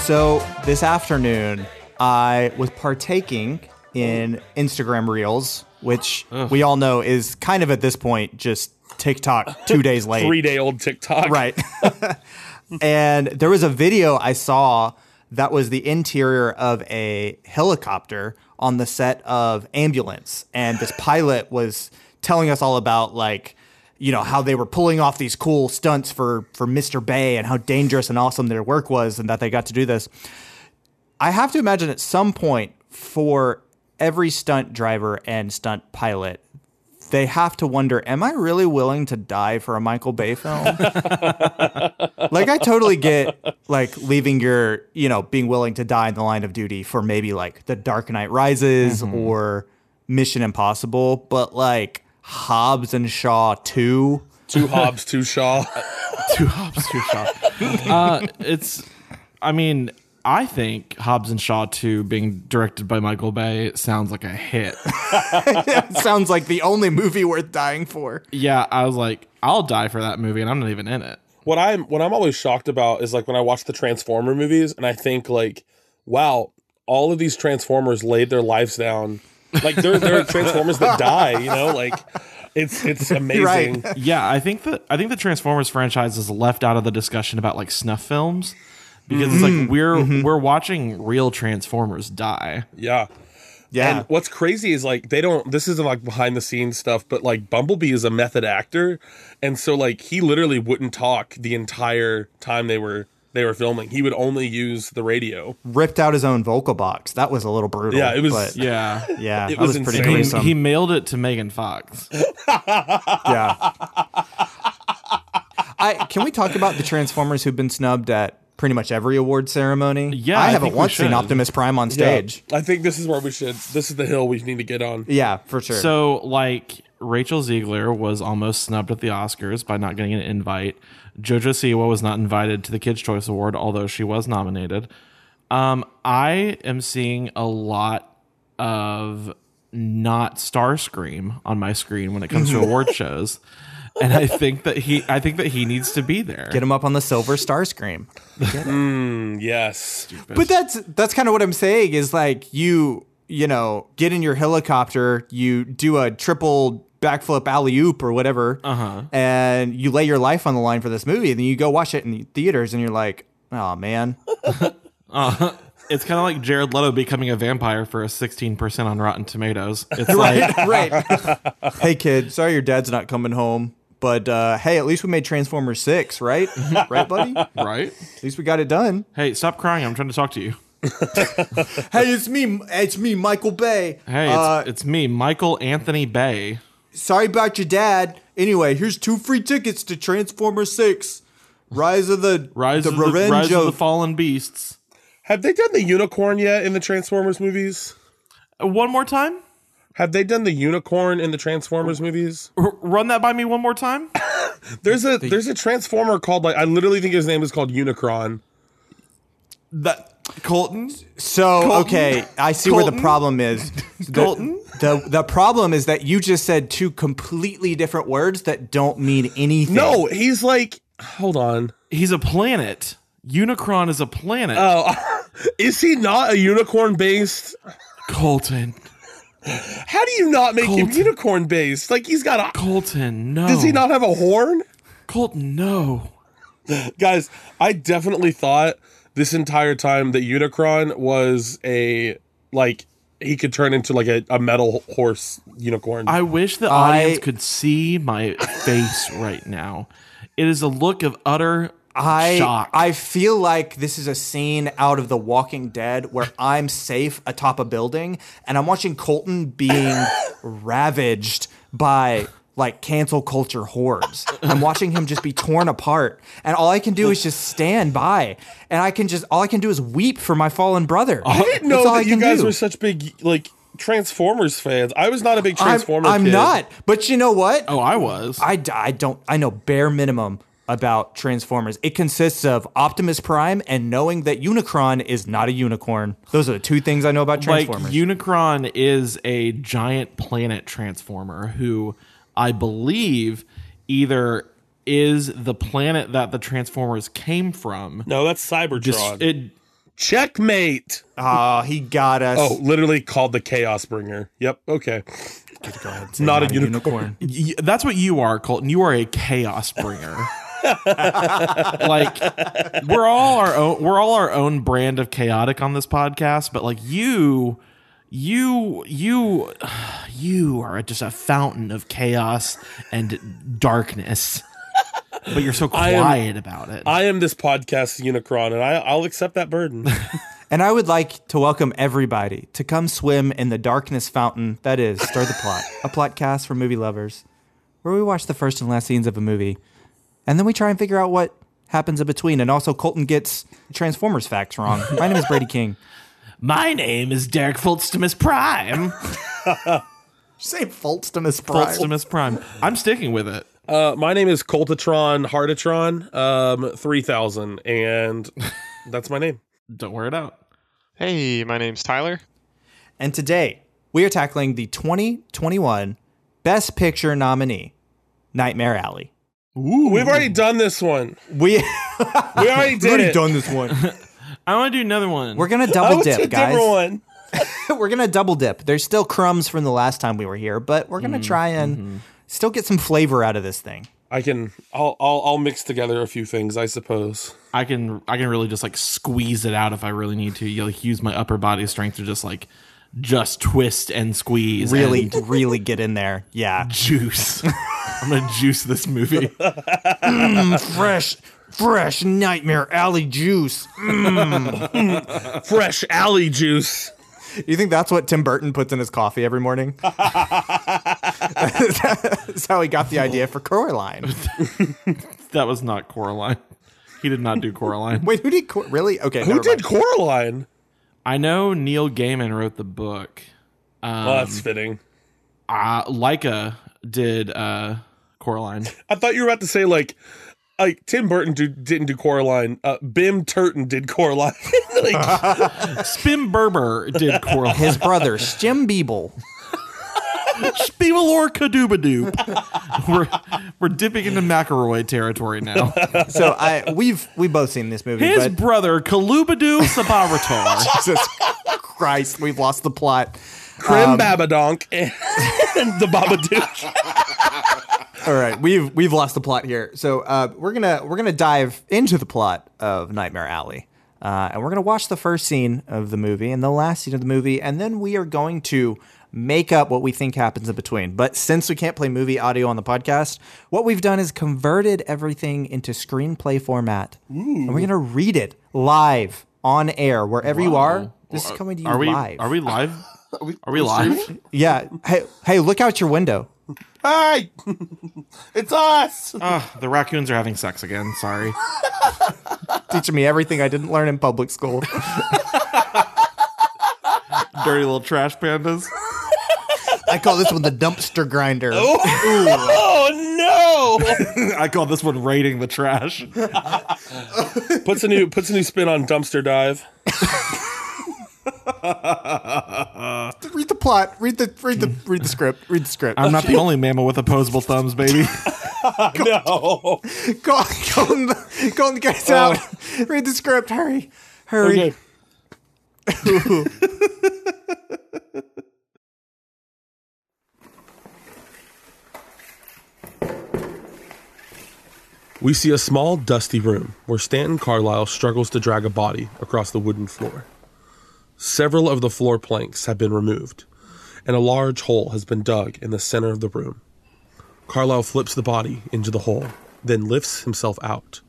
So this afternoon, I was partaking in Instagram Reels, which we all know is kind of at this point just TikTok two days late. Three day old TikTok. Right. and there was a video I saw that was the interior of a helicopter on the set of Ambulance. And this pilot was telling us all about like, you know, how they were pulling off these cool stunts for for Mr. Bay and how dangerous and awesome their work was and that they got to do this. I have to imagine at some point for every stunt driver and stunt pilot, they have to wonder, am I really willing to die for a Michael Bay film? like I totally get like leaving your, you know, being willing to die in the line of duty for maybe like The Dark Knight Rises or Mission Impossible, but like Hobbs and Shaw 2 Two Hobbs, two Shaw. two hops, two Shaw. Uh, it's, I mean, I think Hobbs and Shaw 2 being directed by Michael Bay sounds like a hit. sounds like the only movie worth dying for. yeah, I was like, I'll die for that movie, and I'm not even in it. what I'm what I'm always shocked about is like when I watch the Transformer movies and I think like, wow, all of these Transformers laid their lives down. Like there there are Transformers that die, you know, like it's it's amazing. Yeah, I think that I think the Transformers franchise is left out of the discussion about like snuff films because it's like we're we're watching real Transformers die. Yeah. Yeah. And what's crazy is like they don't this isn't like behind the scenes stuff, but like Bumblebee is a method actor and so like he literally wouldn't talk the entire time they were they were filming. He would only use the radio. ripped out his own vocal box. That was a little brutal. Yeah, it was- But Yeah. yeah, it that was was, pretty insane. He, gruesome. he mailed it to Megan Fox. yeah. I can we talk about the Transformers who've been snubbed at pretty much every award ceremony? Yeah, I I think haven't we once seen should. Optimus Prime on stage. Yeah. Oh, I think this is where we should this is the hill we need to get on. Yeah, for sure. So like Rachel Ziegler was almost snubbed at the Oscars by not getting an invite. Jojo Siwa was not invited to the Kids Choice Award, although she was nominated. Um, I am seeing a lot of not Starscream on my screen when it comes to award shows. And I think that he I think that he needs to be there. Get him up on the silver star scream. Yes. But that's that's kind of what I'm saying is like you you know get in your helicopter, you do a triple backflip alley oop or whatever, uh-huh. and you lay your life on the line for this movie, and then you go watch it in the theaters, and you're like, oh man, It's kind of like Jared Leto becoming a vampire for a 16% on Rotten Tomatoes. It's like right. hey kid, sorry your dad's not coming home. But uh, hey, at least we made Transformers six, right? right, buddy. At right? least we got it done. Hey, stop crying. I'm trying to talk to you. Hey, it's me. It's me, Michael Bay. Uh, Hey, it's, it's me, Michael Anthony Bay. sorry about your dad. Anyway, here's two free tickets to Transformers Six: Rise of the Rise, the of, Revenge the, Rise of of, the Fallen Beasts. Have they done the unicorn yet in the Transformers movies? Uh, One more time? Have they done the unicorn in the Transformers movies? R- run that by me one more time? There's a there's a Transformer called like I literally think his name is called Unicron. That Colton? So okay, I see where the Colton? problem is. The- Colton? The, the problem is that you just said two completely different words that don't mean anything. No, he's like hold on. He's a planet. Unicron is a planet. Is he not a unicorn based? Colton. How do you not make him Colt. unicorn based? Like he's got a Colton, no. Does he not have a horn? Colton, no. Guys, I definitely thought this entire time that Unicron was a like he could turn into like a, a metal horse unicorn. I wish the I- audience could see my face right now. It is a look of utter I shock. I feel like this is a scene out of The Walking Dead where I'm safe atop a building and I'm watching Colton being ravaged by like cancel culture hordes. I'm watching him just be torn apart and all I can do is just stand by and I can just all I can do is weep for my fallen brother. I didn't know that you guys were such big like Transformers fans. I was not a big I'm, Transformer. I'm kid. not. But you know what? oh, I was. I, d- I don't I know bare minimum about Transformers. It consists of Optimus Prime and knowing that Unicron is not a unicorn. Those are the two things I know about like Transformers. Unicron is a giant planet transformer who I believe either is the planet that the Transformers came from. No, that's Cybertron. Just it Checkmate. Oh, he got us. Oh, literally called the Chaos Bringer. Yep. Okay. Go ahead and say Not, a unicorn. Y- that's what you are, Colton. You are a chaos bringer. like we're all our own we're all our own brand of chaotic on this podcast, but like you you you you are just a fountain of chaos and darkness. But you're so am- quiet about it. I am this podcast's Unicron, and I, I'll accept that burden. And I would like to welcome everybody to come swim in the darkness fountain that is Stir the Plot, a plotcast for movie lovers, where we watch the first and last scenes of a movie, and then we try and figure out what happens in between. And also, Colton gets Transformers facts wrong. My name is Brady King. My name is Derek Fultstimus Prime. Say Foltstimus Fultstimus Prime. I'm sticking with it. Uh, my name is Coltatron Hardatron um, 3000, and that's my name. Don't wear it out. Hey, my name's Tyler. And today, we are tackling the 2021 Best Picture nominee, Nightmare Alley. We've already done this one. We we've We already did it. this one. I want to do another one. We're gonna I double went to a dip, guys. different one. we're gonna double dip. There's still crumbs from the last time we were here, but we're Mm-hmm. gonna try and still get some flavor out of this thing. I can. I'll, I'll. I'll mix together a few things, I suppose. I can I can really just like squeeze it out if I really need to. You like use my upper body strength to just like just twist and squeeze. Really, and really get in there. Yeah, juice. I'm gonna juice this movie. fresh, fresh nightmare alley juice. Fresh alley juice. You think that's what Tim Burton puts in his coffee every morning? that's how he got the idea for Coraline. That was not Coraline. He did not do Coraline. Wait, who did Cor- really? Okay, Who did Coraline? I know Neil Gaiman wrote the book. oh, that's fitting. Uh, Leica did uh, Coraline. I thought you were about to say like, like Tim Burton do, didn't do Coraline. Uh, Bim Turton did Coraline. Um, like, Spim Berber did Coraline. His brother, Jim Beeble. Spimalor Kadoobadoo. We're we're dipping into McElroy territory now. So I we've we both seen this movie, His but brother Kalubadoo Sabarator. Jesus Christ, we've lost the plot. Crim Babadonk and the Babadook. All right, we've we've lost the plot here, so uh, we're gonna we're gonna dive into the plot of Nightmare Alley, uh, and we're gonna watch the first scene of the movie and the last scene of the movie, and then we are going to make up what we think happens in between. But since we can't play movie audio on the podcast, what we've done is converted everything into screenplay format, and we're gonna read it live on air wherever you are. This is coming to you Are we? live. Are we live? Are we, live? Yeah. Hey, hey, look out your window. Hi, it's us. Ah, the raccoons are having sex again. Sorry. Teaching me everything I didn't learn in public school. Dirty little trash pandas. I call this one the dumpster grinder. Oh no! I call this one raiding the trash. puts a new puts a new spin on dumpster dive. Read the plot. Read the read the read the script. Read the script. I'm not the only mammal with opposable thumbs, baby. No. Go, go, on the, go on the guys Oh. out. Read the script. Hurry, hurry. Okay. we see a small, dusty room where Stanton Carlyle struggles to drag a body across the wooden floor. Several of the floor planks have been removed, and a large hole has been dug in the center of the room. Carlyle flips the body into the hole, then lifts himself out.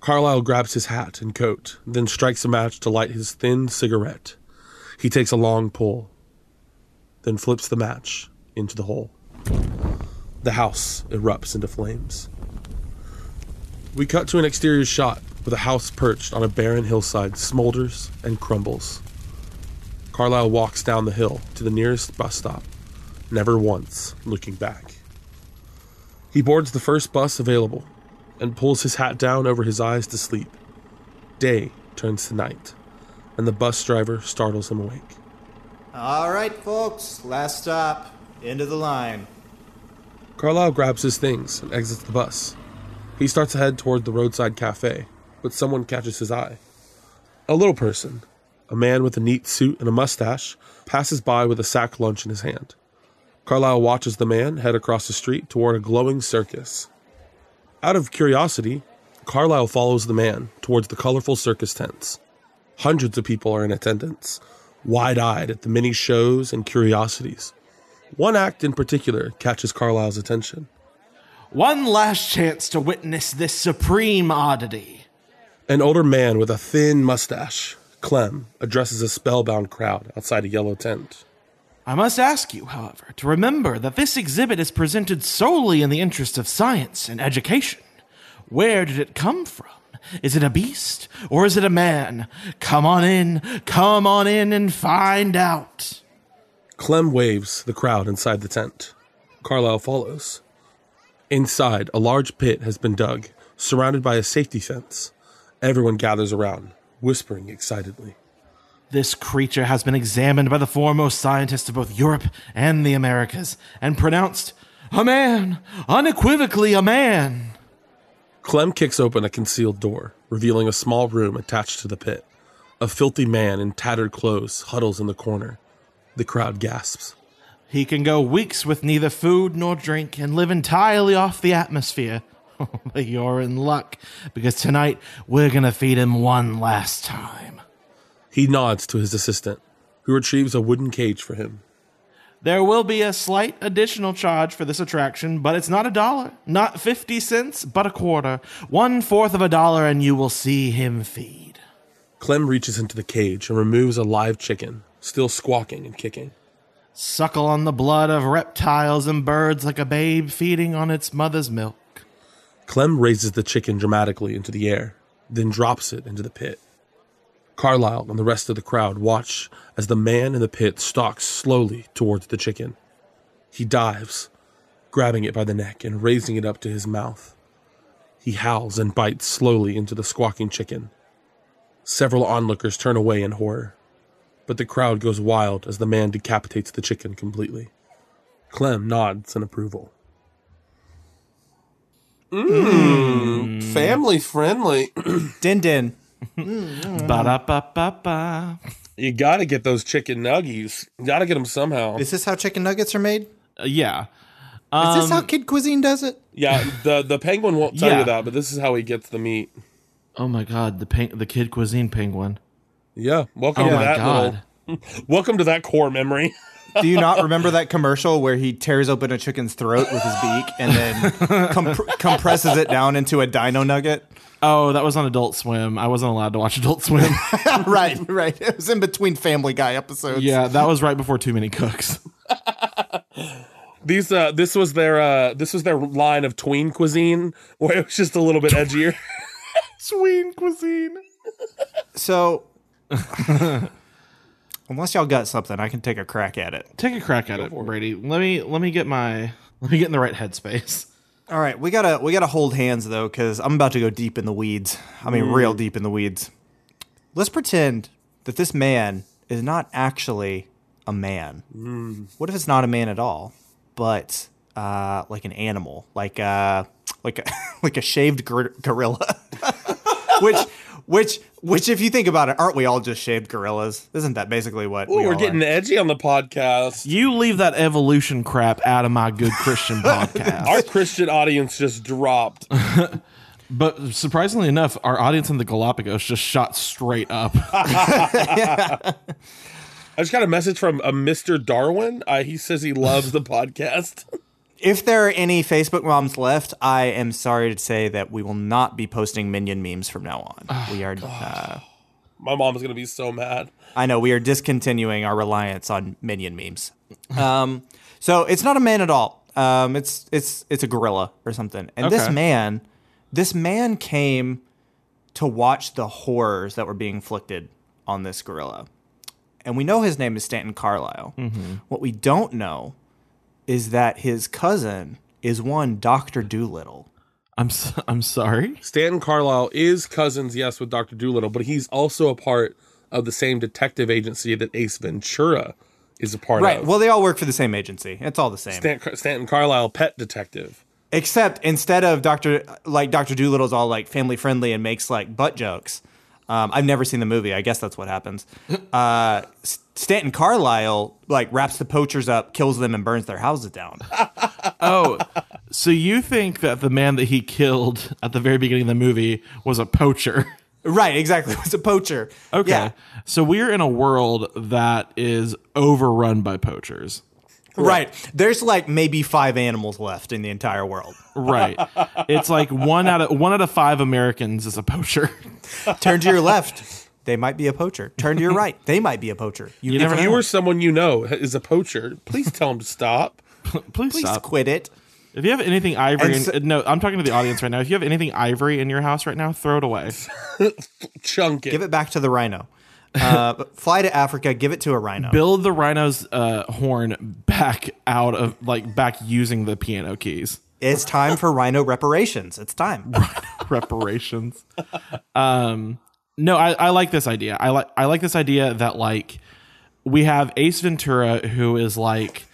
Carlyle grabs his hat and coat, then strikes a match to light his thin cigarette. He takes a long pull, then flips the match into the hole. The house erupts into flames. We cut to an exterior shot with a house perched on a barren hillside smolders and crumbles. Carlyle walks down the hill to the nearest bus stop, never once looking back. He boards the first bus available and pulls his hat down over his eyes to sleep. Day turns to night, and the bus driver startles him awake. All right, folks. Last stop. End of the line. Carlyle grabs his things and exits the bus. He starts to head toward the roadside cafe, but someone catches his eye. A little person, a man with a neat suit and a mustache, passes by with a sack lunch in his hand. Carlyle watches the man head across the street toward a glowing circus. Out of curiosity, Carlyle follows the man towards the colorful circus tents. Hundreds of people are in attendance, wide eyed at the many shows and curiosities. One act in particular catches Carlyle's attention. One last chance to witness this supreme oddity. An older man with a thin mustache, Clem, addresses a spellbound crowd outside a yellow tent. I must ask you, however, to remember that this exhibit is presented solely in the interest of science and education. Where did it come from? Is it a beast or is it a man? Come on in, come on in and find out. Clem waves the crowd inside the tent. Carlyle follows. Inside, a large pit has been dug, surrounded by a safety fence. Everyone gathers around, whispering excitedly. This creature has been examined by the foremost scientists of both Europe and the Americas and pronounced a man, unequivocally a man. Clem kicks open a concealed door, revealing a small room attached to the pit. A filthy man in tattered clothes huddles in the corner. The crowd gasps. He can go weeks with neither food nor drink and live entirely off the atmosphere. Oh, but you're in luck because tonight we're going to feed him one last time. He nods to his assistant, who retrieves a wooden cage for him. There will be a slight additional charge for this attraction, but it's not a dollar, not 50 cents, but a quarter. One fourth of a dollar, and you will see him feed. Clem reaches into the cage and removes a live chicken, still squawking and kicking. Suckle on the blood of reptiles and birds like a babe feeding on its mother's milk. Clem raises the chicken dramatically into the air, then drops it into the pit. Carlyle and the rest of the crowd watch as the man in the pit stalks slowly towards the chicken. He dives, grabbing it by the neck and raising it up to his mouth. He howls and bites slowly into the squawking chicken. Several onlookers turn away in horror, but the crowd goes wild as the man decapitates the chicken completely. Clem nods in approval. Family friendly. Din din. Ba-da-ba-ba-ba. You gotta get those chicken nuggies. You gotta get them somehow. Is this how chicken nuggets are made? Is Uh, yeah. this how Kid Cuisine does it? Yeah, the the penguin won't tell Yeah. you that, but this is how he gets the meat. Oh my god, the peng- the kid cuisine penguin. Yeah, welcome Oh to my that god. little. Welcome to that core memory. Do you not remember that commercial where he tears open a chicken's throat with his beak and then comp- compresses it down into a dino nugget? Oh, that was on Adult Swim. I wasn't allowed to watch Adult Swim. right, right. It was in between Family Guy episodes. yeah, that was right before Too Many Cooks. These uh, this was their uh, this was their line of tween cuisine, where it was just a little bit edgier. Sween cuisine. So, unless y'all got something, I can take a crack at it. Take a crack at it, Brady. Let me let me get my let me get in the right headspace. All right, we gotta we gotta hold hands though, because I'm about to go deep in the weeds. I Mm. mean, real deep in the weeds. Let's pretend that this man is not actually a man. Mm. What if it's not a man at all, but uh, like an animal, like uh, like a, like a shaved gor- gorilla? which which which, if you think about it, aren't we all just shaved gorillas? Isn't that basically what Ooh, we we're all getting Are? edgy on the podcast. You leave that evolution crap out of my good Christian podcast. Our Christian audience just dropped. But surprisingly enough, our audience in the Galapagos just shot straight up. I just got a message from a Mr. Darwin. Uh, he says he loves the podcast. If there are any Facebook moms left, I am sorry to say that we will not be posting minion memes from now on. we are. Uh, My mom's gonna be so mad. I know we are discontinuing our reliance on minion memes. Um, so it's not a man at all. Um, it's it's it's a gorilla or something. And this Okay. man, this man came to watch the horrors that were being inflicted on this gorilla. And we know his name is Stanton Carlisle. What we don't know is that his cousin is one Doctor Doolittle. I'm s am sorry. Stanton Carlisle is cousins, yes, with Dr. Doolittle, but he's also a part of the same detective agency that Ace Ventura is a part Right. of. Well, they all work for the same agency. It's all the same. Stan- Stanton Carlisle, pet detective. Except instead of Doctor like Doctor Doolittle's all like family friendly and makes like butt jokes, Um, I've never seen the movie. I guess that's what happens. Uh, S- Stanton Carlisle like wraps the poachers up, kills them, and burns their houses down. Oh, so you think that the man that he killed at the very beginning of the movie was a poacher? right, exactly. It's a poacher. Okay. Yeah. So we're in a world that is overrun by poachers. Right. There's like maybe five animals left in the entire world. Right. it's like one out of one out of five Americans is a poacher. Turn to your left. They might be a poacher. Turn to your right. They might be a poacher. You, never If know. you or someone you know is a poacher, please tell him to stop. Please, please stop. quit it. If you have anything ivory, And so- in, no, I'm talking to the audience right now. If you have anything ivory in your house right now, throw it away. Chunk it. Give it back to the rhino. Uh, but fly to Africa. Give it to a rhino. Build the rhino's uh, horn back out of like back using the piano keys. It's time for rhino reparations. It's time. reparations. um, no, I, I like this idea. I like I like this idea that like we have Ace Ventura who is like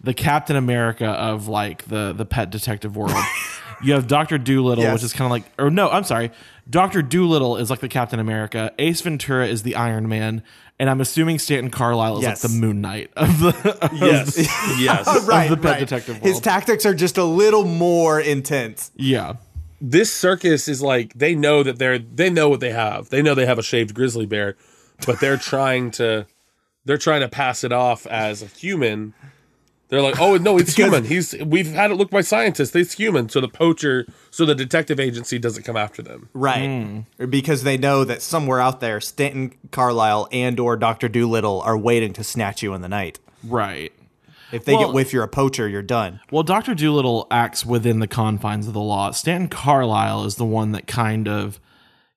the Captain America of like the the pet detective world. you have Doctor Doolittle, Yes. which is kind of like or no, I'm sorry, Doctor Doolittle is like the Captain America. Ace Ventura is the Iron Man, and I'm assuming Stanton Carlisle is Yes. like the Moon Knight of the. of- Yes. yes. right, the pet detective His world. tactics are just a little more intense. yeah. This circus is like they know that they're they know what they have. They know they have a shaved grizzly bear, but they're trying to they're trying to pass it off as a human. They're like, "Oh, no, it's human. He's we've had it looked by scientists. It's human." So the poacher, so the detective agency doesn't come after them. Right. Because they know that somewhere out there, Stanton Carlisle and or Dr. Doolittle are waiting to snatch you in the night. Right. If they Well- get whiff you're a poacher, you're done. Well, Dr. Doolittle acts within the confines of the law. Stanton Carlisle is the one that kind of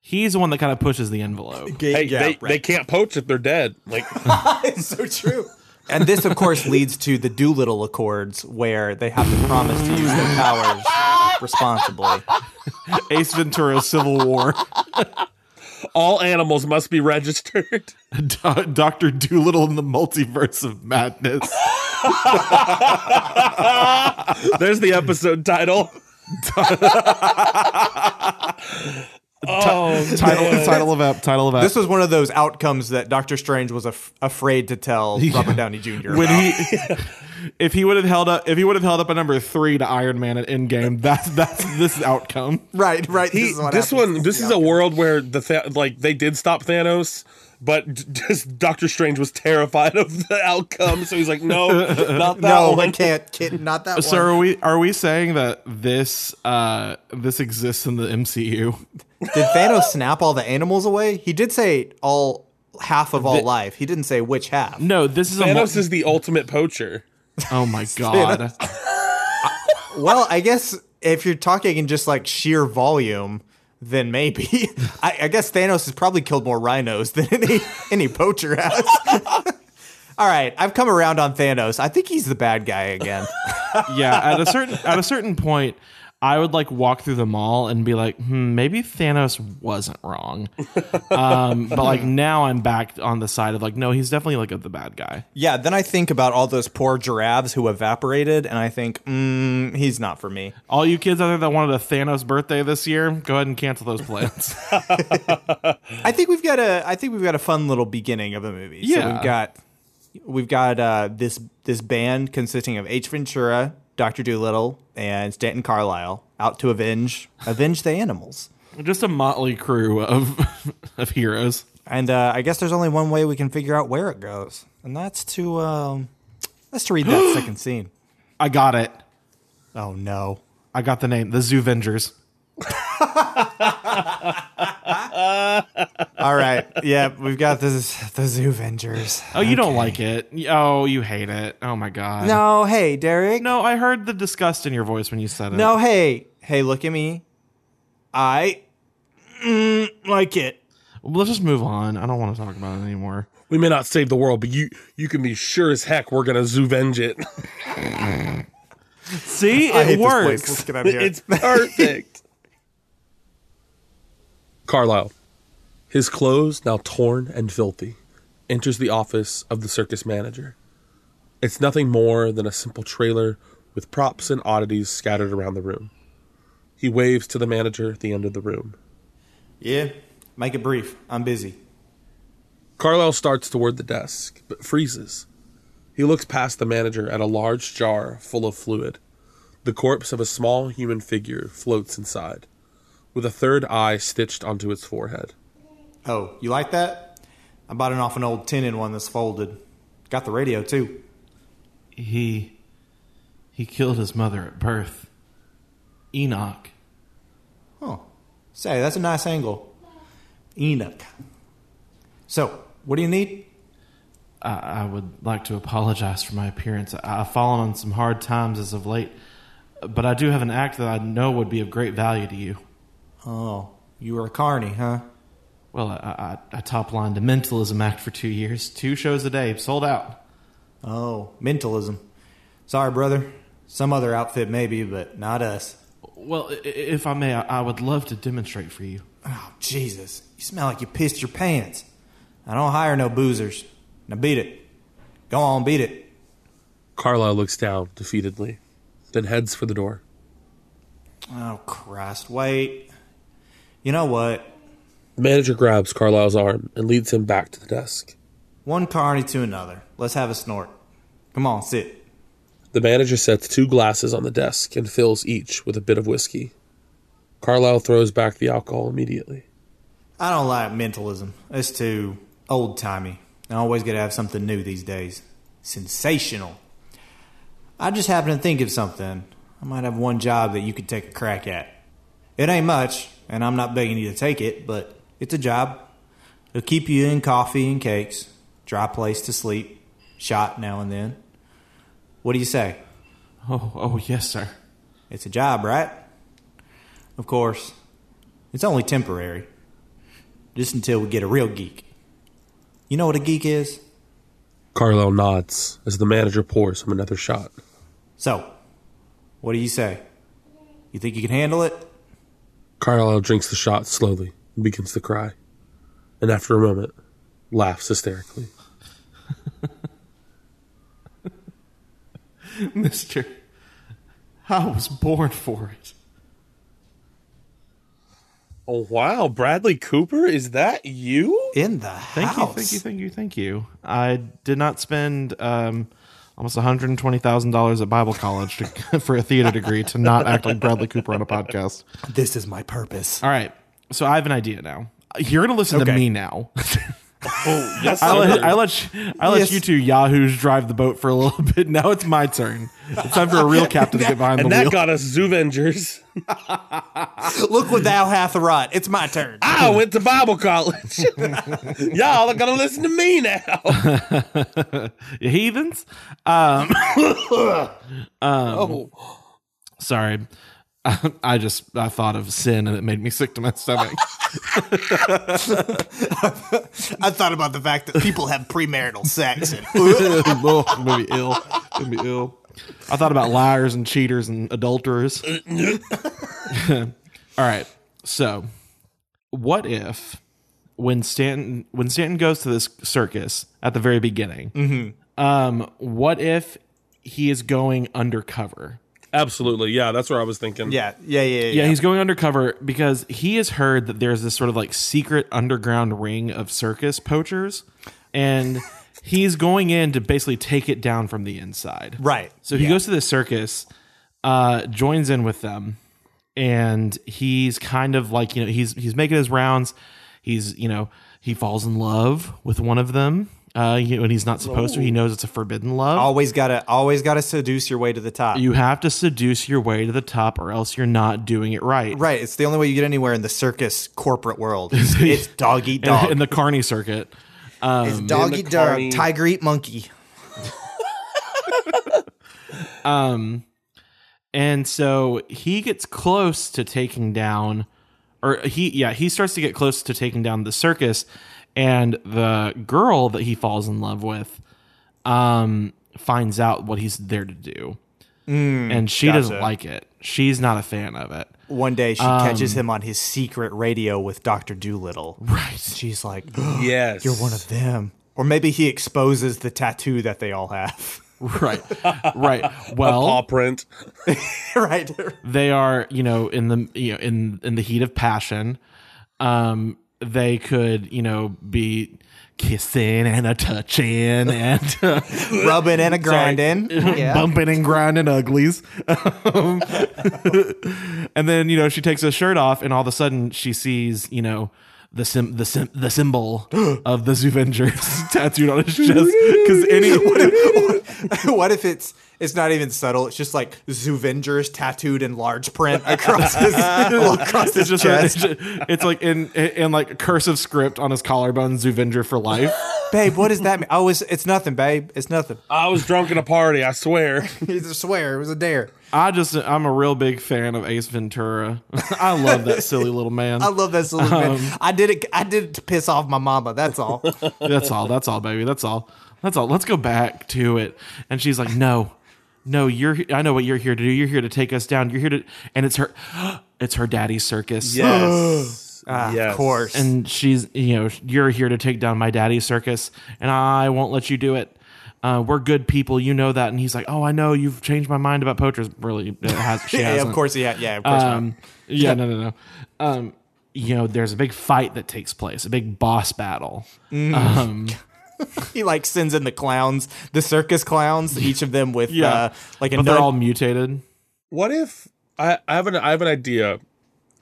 he's the one that kind of pushes the envelope. Hey, they, they can't poach if they're dead. Like it's so true. And this, of course, leads to the Doolittle Accords, where they have to promise to use their powers responsibly. Ace Ventura Civil War. all animals must be registered. Do- Dr. Doolittle in the Multiverse of Madness. There's the episode title. oh, title, title of ep, title of ep. This was one of those outcomes that Doctor Strange was af- afraid to tell Robert Downey Jr. when about. he if he would have held up if he would have held up a number 3 to Iron Man at Endgame, that's that's this outcome. right, right. He- this is what this happens. one, this is a world where the th- like they did stop Thanos, but d- just Doctor Strange was terrified of the outcome, so he's like, no, not that No, one. I can't. Kid, not that So one. are we are we saying that this uh this exists in the MCU? Did Thanos snap all the animals away? He did say all half of all life. He didn't say which half. No, this is a mul- Thanos is the ultimate poacher. Oh my god. Well, I guess if you're talking in just like sheer volume, then maybe. I, I guess Thanos has probably killed more rhinos than any any poacher has. All right, I've come around on Thanos. I think he's the bad guy again. yeah, at a certain at a certain point I would like walk through the mall and be like, hmm, maybe Thanos wasn't wrong. Um, but like now I'm back on the side of like, no, he's definitely like the bad guy. yeah, then I think about all those poor giraffes who evaporated, and I think, mm, he's not for me. All you kids out there that wanted a Thanos birthday this year, go ahead and cancel those plans. I think we've got a I think we've got a fun little beginning of a movie. So Yeah. we've got we've got uh, this this band consisting of H Ventura, Dr. Doolittle, and Stanton Carlisle out to avenge avenge the animals. Just a motley crew of of heroes. And uh, I guess there's only one way we can figure out where it goes, and that's to um, that's to read that second scene. I got it. Oh no. I got the name. The Zoo Vengers. All right. Yeah, we've got this the Zoovengers. Oh, you don't like it. Oh, you hate it. Oh my god. No, hey, Derek. No, I heard the disgust in your voice when you said it. No, hey. Hey, look at me. I mm, like it. Well, Let's just move on. I don't want to talk about it anymore. We may not save the world, but you you can be sure as heck we're gonna zoovenge it. See, I hate it this place. works. Let's get out of here. it's perfect. Carlyle, his clothes now torn and filthy, enters the office of the circus manager. It's nothing more than a simple trailer with props and oddities scattered around the room. He waves to the manager at the end of the room. yeah. Make it brief. I'm busy. Carlisle starts toward the desk, but freezes. He looks past the manager at a large jar full of fluid. The corpse of a small human figure floats inside, with a third eye stitched onto its forehead. Oh, you like that? I bought it off an old tenon one that's folded. Got the radio too. He. He killed his mother at birth. Enoch. Huh. Say, that's a nice angle. Enoch. So, what do you need? I, I would like to apologize for my appearance. I, I've fallen on some hard times as of late, but I do have an act that I know would be of great value to you. Oh, you were a carny, huh? Well, I, I, I top lined a mentalism act for two years, two shows a day, sold out. Oh, mentalism. Sorry, brother. Some other outfit maybe, but not us. Well, i- i- if I may, I, I would love to demonstrate for you. Oh, Jesus. You smell like you pissed your pants. I don't hire no boozers. Now beat it. Go on, beat it. Carlisle looks down defeatedly, then heads for the door. Oh, Christ. Wait. You know what? The manager grabs Carlisle's arm and leads him back to the desk. One carny to another. Let's have a snort. Come on, sit. The manager sets two glasses on the desk and fills each with a bit of whiskey. Carlisle throws back the alcohol immediately. I don't like mentalism. It's too old timey. I always gotta have something new these days. Sensational. I just happen to think of something. I might have one job that you could take a crack at. It ain't much, and I'm not begging you to take it, but it's a job. It'll keep you in coffee and cakes, dry place to sleep, shot now and then. What do you say? Oh, oh, yes, sir. It's a job, right? Of course, it's only temporary. Just until we get a real geek. You know what a geek is? Carlisle nods as the manager pours him another shot. So, what do you say? You think you can handle it? Carlisle drinks the shot slowly and begins to cry, and after a moment, laughs hysterically. Mister, I was born for it. Oh wow, Bradley Cooper, is that you? In the Thank house. you, thank you, thank you, thank you. I did not spend um, almost one hundred twenty thousand dollars at Bible college to, for a theater degree to not act like Bradley Cooper on a podcast. This is my purpose. All right, so I have an idea now. You're gonna listen to Okay. me now. Oh yes, I let I let, you, I let Yes. you two yahoos drive the boat for a little bit. Now it's my turn. It's time for a real captain to get behind the and wheel. that got us Zoovengers. Look what thou hath wrought. It's my turn. I went to Bible college. Y'all are gonna listen to me now. You heathens. Um, Oh, Sorry. I, I just I thought of sin and it made me sick to my stomach. I thought about the fact that people have premarital sex. And, Ugh, Oh, it made me ill. It made me ill. I thought about liars and cheaters and adulterers. All right. So, what if when Stanton when Stanton goes to this circus at the very beginning, um, what if he is going undercover? absolutely. Yeah, that's where I was thinking. yeah, yeah, yeah, yeah. Yeah, he's going undercover because he has heard that there's this sort of like secret underground ring of circus poachers, and he's going in to basically take it down from the inside. right. So he goes to the circus, uh, joins in with them, and he's kind of like you know he's he's making his rounds. He's you know he falls in love with one of them, uh, you know, and he's not supposed to. He knows it's a forbidden love. Always gotta, always gotta seduce your way to the top. you have to seduce your way to the top, or else you're not doing it right. right. It's the only way you get anywhere in the circus corporate world. It's dog eat dog. In, in the carny circuit, It's dog eat dog, carny- tiger eat monkey. and so he gets close to taking down, or he yeah he starts to get close to taking down the circus, and the girl that he falls in love with, um, finds out what he's there to do, and she doesn't like it. She's not a fan of it. One day she catches Um, him on his secret radio with Dr. Doolittle. Right. She's like, Yes. You're one of them. Or maybe he exposes the tattoo that they all have. Right, right. Well, paw print. right. they are you know in the you know in in the heat of passion um they could, you know, be kissing and a touching and uh, rubbing and a grinding. Yeah. bumping and grinding uglies. Um, and then, you know, she takes her shirt off and all of a sudden she sees, you know, the sim- the sim- the symbol of the Zoovengers tattooed on his chest cuz any what if it's it's not even subtle? It's just like Zoovengers tattooed in large print across his across his it's just chest. it's like in in like cursive script on his collarbone Zoovenger for life. babe, what does that mean? Oh, it's, it's nothing, babe. It's nothing. I was drunk at a party, I swear. I swear, it was a dare. I just I'm a real big fan of Ace Ventura. I love that silly little man. I love that little Um, bit. I did it. I did it to piss off my mama. That's all. That's all. That's all, baby. That's all. That's all. Let's go back to it. And she's like, "No, no, you're. I know what you're here to do. You're here to take us down. You're here to." And it's her. It's her daddy's circus. Yes. Ah, Of course. And she's, you know, you're here to take down my daddy's circus, and I won't let you do it. Uh, we're good people, you know that. And he's like, "Oh, I know. You've changed my mind about poachers. Really, it has, she yeah, hasn't. of course. Yeah, yeah. Of course. Um, yeah, no, no, no. Um, you know, there's a big fight that takes place, a big boss battle. Um, he like sends in the clowns, the circus clowns, each of them with Yeah. uh, like a but they're nun- all mutated. What if I, I have an I have an idea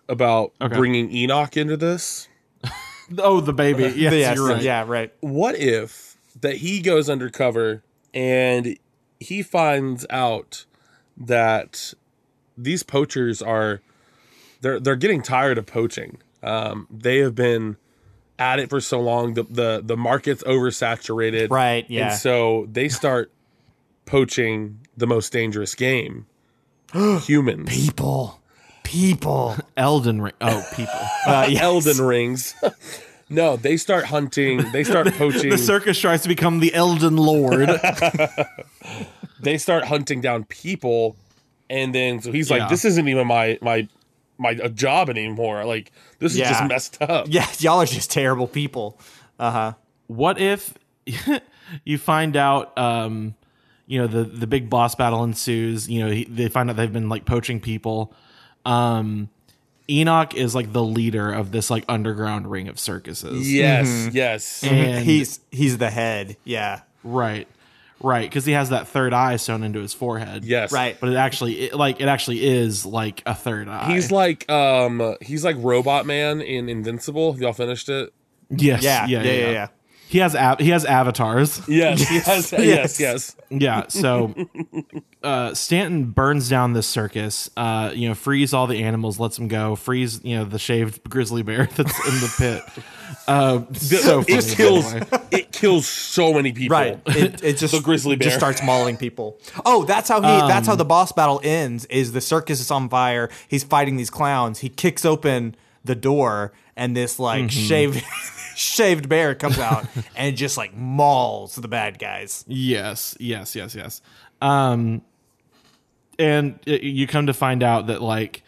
about Okay. bringing Enoch into this? Oh, the baby. Yes, Yes, you're right. Yeah, right. What if that he goes undercover and he finds out that these poachers are they're they're getting tired of poaching. Um, they have been at it for so long. The the the market's oversaturated. Right. Yeah. And so they start poaching the most dangerous game. Humans. people, people. Elden Ring. Oh, people. Uh, yeah. Elden rings. no, they start hunting. They start poaching. the circus tries to become the Elden Lord. they start hunting down people, and then so he's Yeah. like, "This isn't even my my my a job anymore. Like this is Yeah. just messed up." Yeah, y'all are just terrible people. what if you find out um you know the the big boss battle ensues you know he, they find out they've been like poaching people um enoch is like the leader of this like underground ring of circuses Yes. Yes. And- he's he's the head. Yeah. right right because he has that third eye sewn into his forehead Yes. Right. but it actually it, like it actually is like a third eye He's like um he's like Robot Man in Invincible. Y'all finished it? yes Yeah. Yeah. Yeah. Yeah. yeah. he has av- he has avatars Yes. Yes. Yes. Yes. Yeah, so uh, Stanton burns down this circus. Uh, you know, frees all the animals, lets them go. Frees you know the shaved grizzly bear that's in the pit. Uh, so funny, it by the kills way. it kills so many people. Right. It, it just The grizzly just bear. starts mauling people. Oh, that's how he. Um, that's how the boss battle ends. Is the circus is on fire? He's fighting these clowns. He kicks open the door, and this like Mm-hmm. shaved shaved bear comes out and just like mauls the bad guys. Yes, yes, yes, yes. Um, and y- you come to find out that like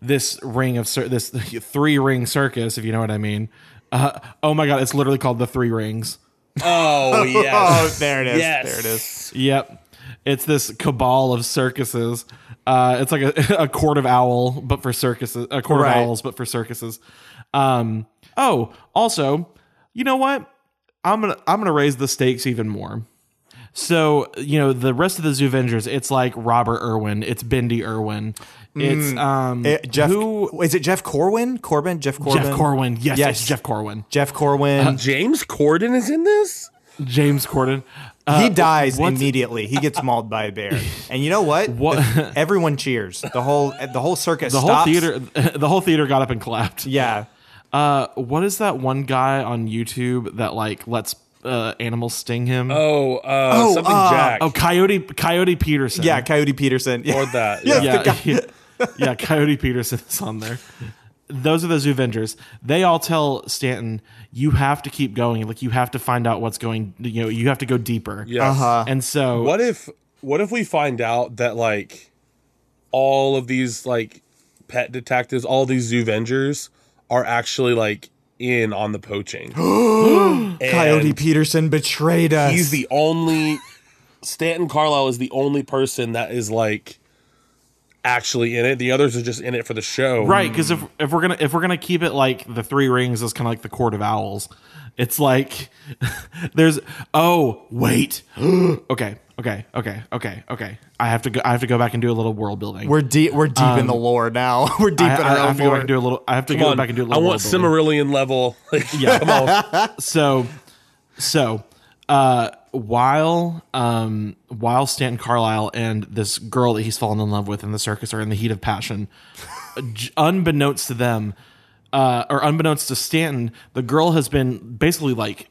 this ring of cir- this three ring circus, if you know what I mean. Uh, oh my god, it's literally called the Three Rings. Oh Oh, yes. there it is. Yes. There it is. Yep. It's this cabal of circuses. Uh, it's like a, a court of owl, but for circuses. A court Right. of owls, but for circuses. Um, oh, also, you know what? I'm gonna I'm gonna raise the stakes even more. So you know the rest of the Zoovengers. It's like Robert Irwin. It's Bendy Irwin. It's um Eh, Jeff. who is it? Jeff Corwin? Corbin? Jeff Corbin? Jeff Corwin. Yes, Yes. yes, Jeff Corwin. Jeff Corwin. James Corden is in this? James Corden. Uh, he dies what's- immediately. He gets mauled by a bear. And you know what? What- The- everyone cheers. The whole eh, the whole circus. The whole stops. theater. The whole theater got up and clapped. Yeah. Uh, what is that one guy on YouTube that like lets uh, animals sting him? Oh, uh, Oh, something uh, Jack. oh, Coyote Coyote Peterson. Yeah, Coyote Peterson. Or Yeah. that. Yeah. yeah. yeah, yeah, yeah, Coyote Peterson is on there. Those are the Zoovengers. They all tell Stanton, "You have to keep going. Like you have to find out what's going. You know, you have to go deeper." Yes. Uh-huh. And so, What if what if we find out that like all of these like pet detectives, all these Zoovengers are actually like in on the poaching. And Coyote Peterson betrayed us. He's the only Stanton Carlisle is the only person that is like actually in it. The others are just in it for the show. right because if, if we're gonna if we're gonna keep it like the three rings is kind of like the court of owls it's like there's oh wait okay okay okay okay okay i have to go i have to go back and do a little world building We're deep. We're deep in the lore now. We're deep Um, I, in I, our I own have to go back lore. and do a little i have to Come go on. back and do a I little want world building. Cimmerillion level. Like, yeah. Come on. so so uh while um while Stanton Carlisle and this girl that he's fallen in love with in the circus are in the heat of passion j- unbeknownst to them uh or unbeknownst to Stanton the girl has been basically like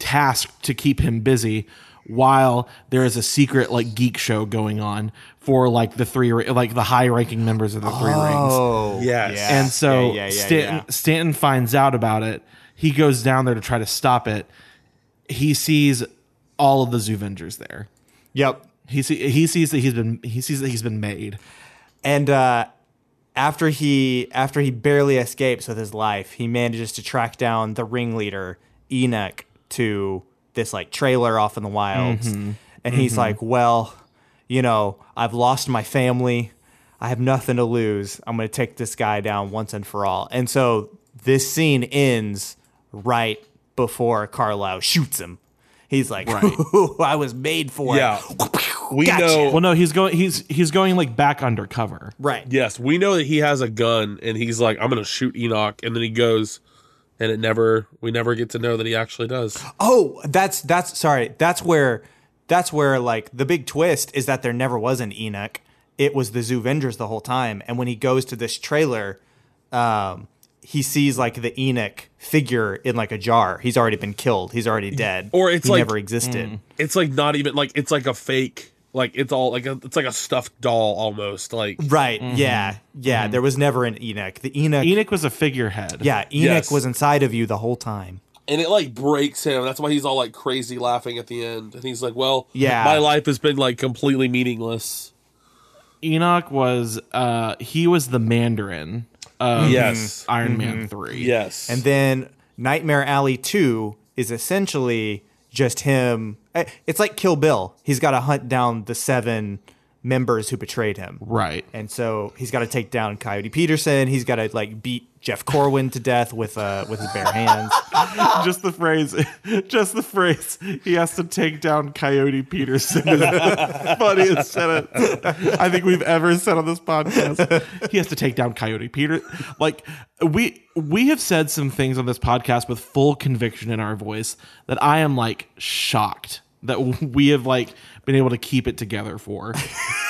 tasked to keep him busy while there is a secret like geek show going on for like the three ri- like the high ranking members of the three rings Oh, Yes. yeah. and so yeah, yeah, yeah, Stanton, Stanton finds out about it. He goes down there to try to stop it. He sees all of the Zoovengers there. yeah. Yep. He see, he sees that he's been he sees that he's been made. And uh, after he after he barely escapes with his life, he manages to track down the ringleader Enoch to this like trailer off in the wilds, and he's like, "Well, you know, I've lost my family. I have nothing to lose. I'm going to take this guy down once and for all." And so this scene ends right before Carlisle shoots him. He's like, "I was made for Yeah. it." We Gotcha. know. Well, no, he's going he's he's going like back undercover. Right. Yes, we know that he has a gun, and he's like, "I'm gonna shoot Enoch," and then he goes, and it never, we never get to know that he actually does. Oh, that's that's sorry. That's where that's where like the big twist is that there never was an Enoch. It was the Zoovengers the whole time. And when he goes to this trailer, um, he sees like the Enoch figure in like a jar. He's already been killed. He's already dead. Or it's he like- Mm. never existed. It's like not even like it's like a fake, like it's all like a, it's like a stuffed doll almost. Like Right. Mm-hmm. Yeah. Yeah. There was never an Enoch. The Enoch. Enoch was a figurehead. yeah. Enoch Yes. was inside of you the whole time. and it like breaks him. That's why he's all like crazy laughing at the end. And he's like, Well, Yeah. my life has been like completely meaningless. Enoch was uh he was the Mandarin of Uh, Yes. Iron Man 3. Yes. Mm-hmm. And then Nightmare Alley 2 is essentially just him. eh, It's like Kill Bill. He's got to hunt down the seven members who betrayed him. Right. And so he's got to take down Coyote Peterson. He's got to like beat Jeff Corwin to death with uh with his bare hands. just the phrase just the phrase he has to take down coyote peterson is the funniest sentence i think we've ever said on this podcast he has to take down coyote peter like we we have said some things on this podcast with full conviction in our voice that i am like shocked that we have like been able to keep it together for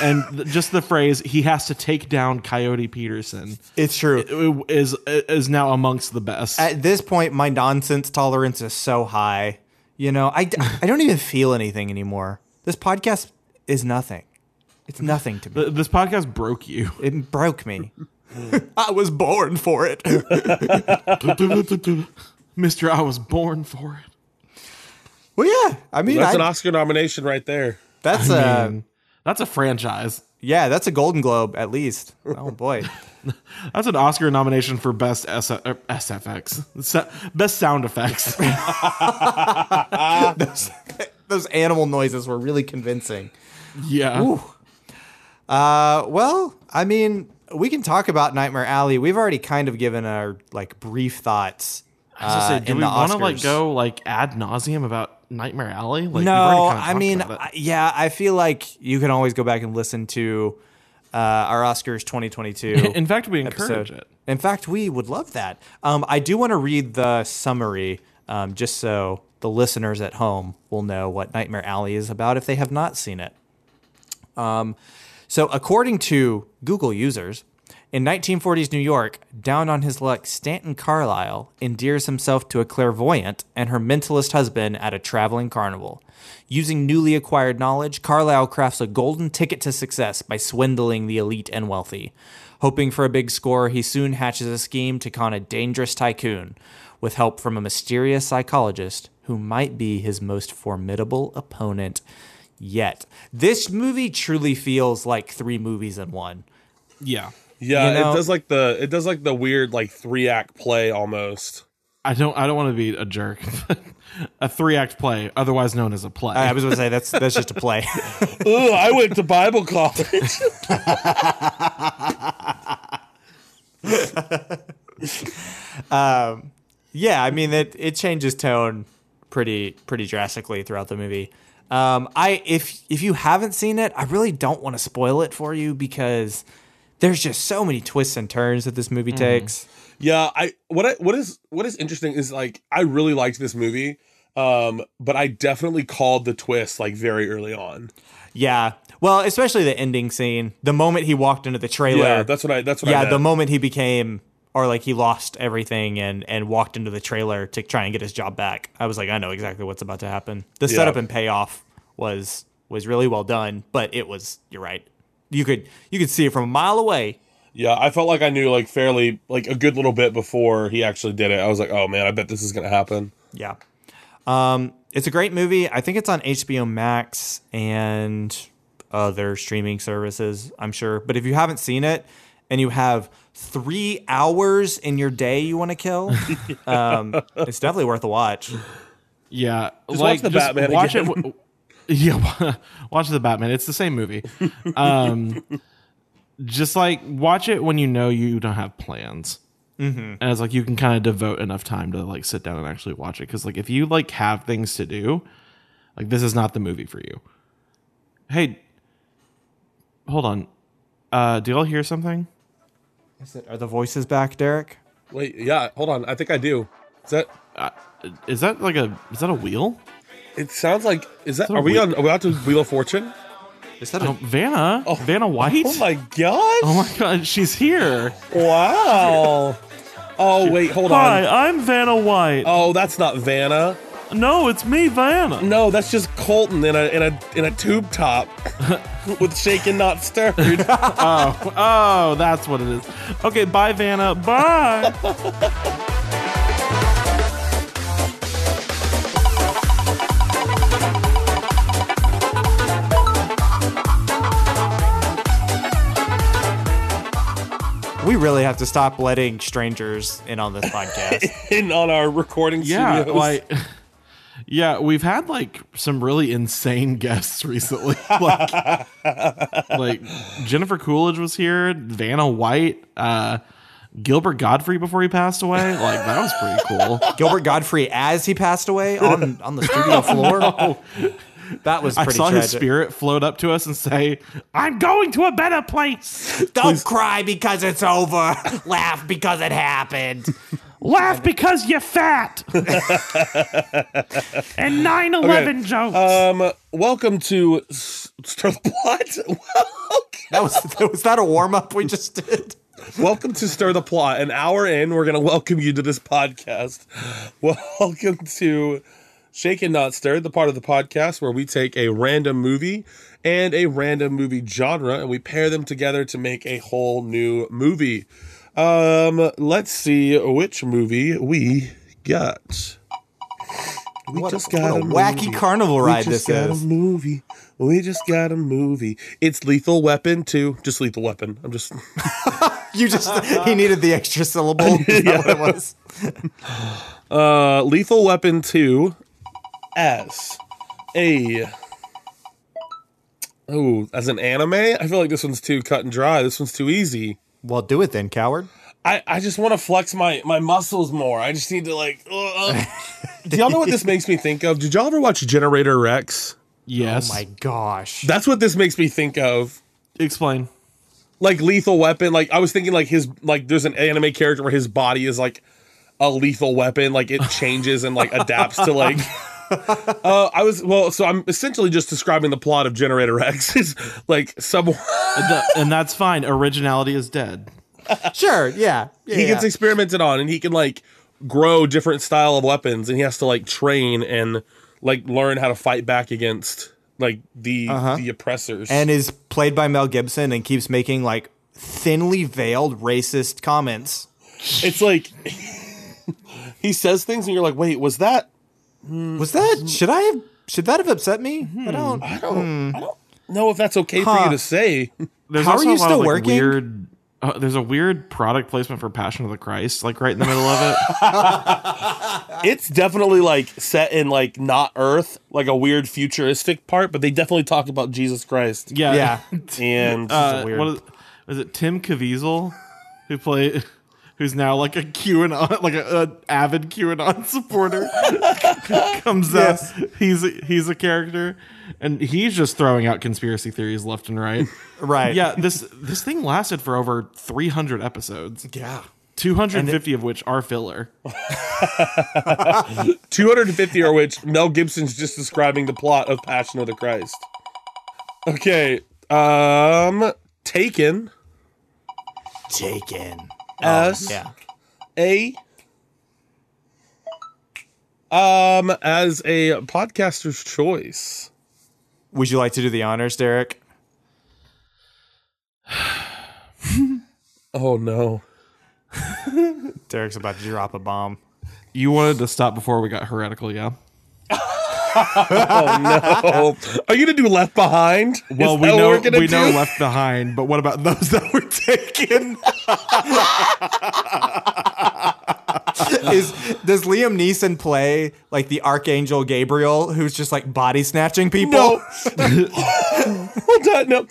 and th- just the phrase he has to take down coyote peterson It's true. is is now amongst the best At this point, my nonsense tolerance is so high. You know, I, I don't even feel anything anymore. This podcast is nothing. It's nothing to me. Th- this podcast broke you It broke me. I was born for it. Mister, I was born for it. Well, yeah. I mean, that's I- an Oscar nomination right there. that's a That's a franchise. yeah, that's a Golden Globe at least. Oh boy, That's an Oscar nomination for best S- uh, SFX, So- best sound effects. those animal noises were really convincing. yeah, Uh, well, I mean, we can talk about Nightmare Alley. We've already kind of given our like brief thoughts. I was gonna uh, say, do in we the want to like Oscars. go like ad nauseum about Nightmare Alley? Like, we've already No, kinda I talked mean, about it. I, yeah, I feel like you can always go back and listen to uh, our Oscars 2022. in fact, we encourage episode. it. In fact, we would love that. Um, I do want to read the summary um, just so the listeners at home will know what Nightmare Alley is about if they have not seen it. So, according to Google users, in 1940s New York, down on his luck, Stanton Carlyle endears himself to a clairvoyant and her mentalist husband at a traveling carnival. Using newly acquired knowledge, Carlyle crafts a golden ticket to success by swindling the elite and wealthy. Hoping for a big score, he soon hatches a scheme to con a dangerous tycoon with help from a mysterious psychologist who might be his most formidable opponent yet. This movie truly feels like three movies in one. Yeah, Yeah, You know- it does like the it does like the weird like three act play almost. I don't. I don't want to be a jerk. but a three act play, otherwise known as a play. I was going to say that's that's just a play. Ooh, I went to Bible college. yeah, I mean it it changes tone pretty pretty drastically throughout the movie. Um, I if if you haven't seen it, I really don't want to spoil it for you because there's just so many twists and turns that this Mm-hmm. movie takes. Yeah, I what I what is what is interesting is like I really liked this movie, um, but I definitely called the twist like very early on. Yeah. Well, especially the ending scene, the moment he walked into the trailer. Yeah, that's what I that's what I yeah, meant. the moment he became or like he lost everything and and walked into the trailer to try and get his job back. I was like, I know exactly what's about to happen. The setup and payoff was was really well done, but it was you're right. You could you could see it from a mile away. yeah, I felt like I knew like fairly like a good little bit before he actually did it. I was like, oh man, I bet this is gonna happen. Yeah. Um it's a great movie. I think it's on HBO Max and other streaming services, I'm sure. But if you haven't seen it and you have 3 hours in your day you want to kill, um it's definitely worth a watch. Yeah, Just watch the Batman watch again. it. w- Yeah, watch the Batman. It's the same movie. Um, just like watch it when you know you don't have plans, mm-hmm. and it's like you can kind of devote enough time to like sit down and actually watch it. Because like if you like have things to do, like this is not the movie for you. Hey, hold on. Uh, do y'all hear something? Is it, are the voices back, Derek? Wait, yeah, hold on, I think I do. Is that Uh, is that like a is that a wheel? it sounds like is that that a are we whe- on are we out to Wheel of Fortune? Is that Oh, Vanna, Vanna White. Oh my gosh. Oh my god, she's here. Wow. Oh wait, hold on. I'm Vanna White. Oh, that's not Vanna. No, it's me, Vanna. No, that's just Colton in a in a in a tube top with shaken not stirred. Oh, that's what it is. Okay, bye, Vanna. Bye. We really have to stop letting strangers in on this podcast. in on our recording yeah, studios. like, yeah, we've had like some really insane guests recently. like, like Jennifer Coolidge was here, Vanna White, uh, Gilbert Godfrey before he passed away. Like, that was pretty cool. Gilbert Godfrey, as he passed away on, on the studio floor, that was I pretty saw tragic. his spirit float up to us and say, I'm going to a better place. Don't cry because it's over. Laugh because it happened. Laugh because you're fat. and 9 11 jokes. um, welcome to S- Stir the Plot. That was was that a warm up we just did? welcome to Stir the Plot. An hour in, we're gonna welcome you to this podcast. Welcome to Shake and Not Stirred, the part of the podcast where we take a random movie and a random movie genre and we pair them together to make a whole new movie. Um, let's see which movie we got. We What, just a, got what a movie. wacky carnival ride we just this got is. a movie. We just got a movie. It's Lethal Weapon 2. Just Lethal Weapon. I'm just You just he needed the extra syllable. Is that what it was? uh Lethal Weapon 2 as a Oh, as an anime? I feel like this one's too cut and dry. This one's too easy. Well, do it then, coward. I, I just want to flex my, my muscles more. I just need to like. Uh, do y'all know what this makes me think of? Did y'all ever watch Generator Rex? yes. My gosh. That's what this makes me think of. Explain. like lethal weapon like i was thinking like his like there's an anime character where his body is like a lethal weapon like it changes and like adapts to like uh i was well so i'm essentially just describing the plot of generator x is like someone Th- and that's fine. Originality is dead. Sure. Yeah. yeah he yeah. gets experimented on and he can like grow different style of weapons and he has to like train and like learn how to fight back against like the the oppressors and is played by Mel Gibson and keeps making like thinly veiled racist comments. it's like he says things and you're like wait was that Was that should I have should that have upset me? I don't. I don't, I don't know if that's okay for Huh. you to say. There's How are also you a lot still of, like, working? Weird uh, there's a weird product placement for Passion of the Christ, like right in the middle of it. It's definitely like set in like not Earth, like a weird futuristic part, but they definitely talk about Jesus Christ. Yeah, Yeah. And Uh, weird- what is, is it? Tim Caviezel, who play, who's now like a QAnon, like a, an avid QAnon supporter, comes Yes. out. He's a, he's a character, and he's just throwing out conspiracy theories left and right. Right. Yeah this this thing lasted for over 300 episodes, Yeah. 250 of which are filler. 250 are which Mel Gibson's just describing the plot of Passion of the Christ. Okay. Um Taken Taken. Oh, as Yeah. a um as a podcaster's choice. Would you like to do the honors, Derek? Oh no. Derek's about to drop a bomb. You wanted to stop before we got heretical, yeah? Oh, are you gonna do Left Behind? Is Well, we that what know we're gonna we know do? left behind, but what about those that were taken? Is does Liam Neeson play like the archangel Gabriel, who's just like body snatching people? No. Hold on, no.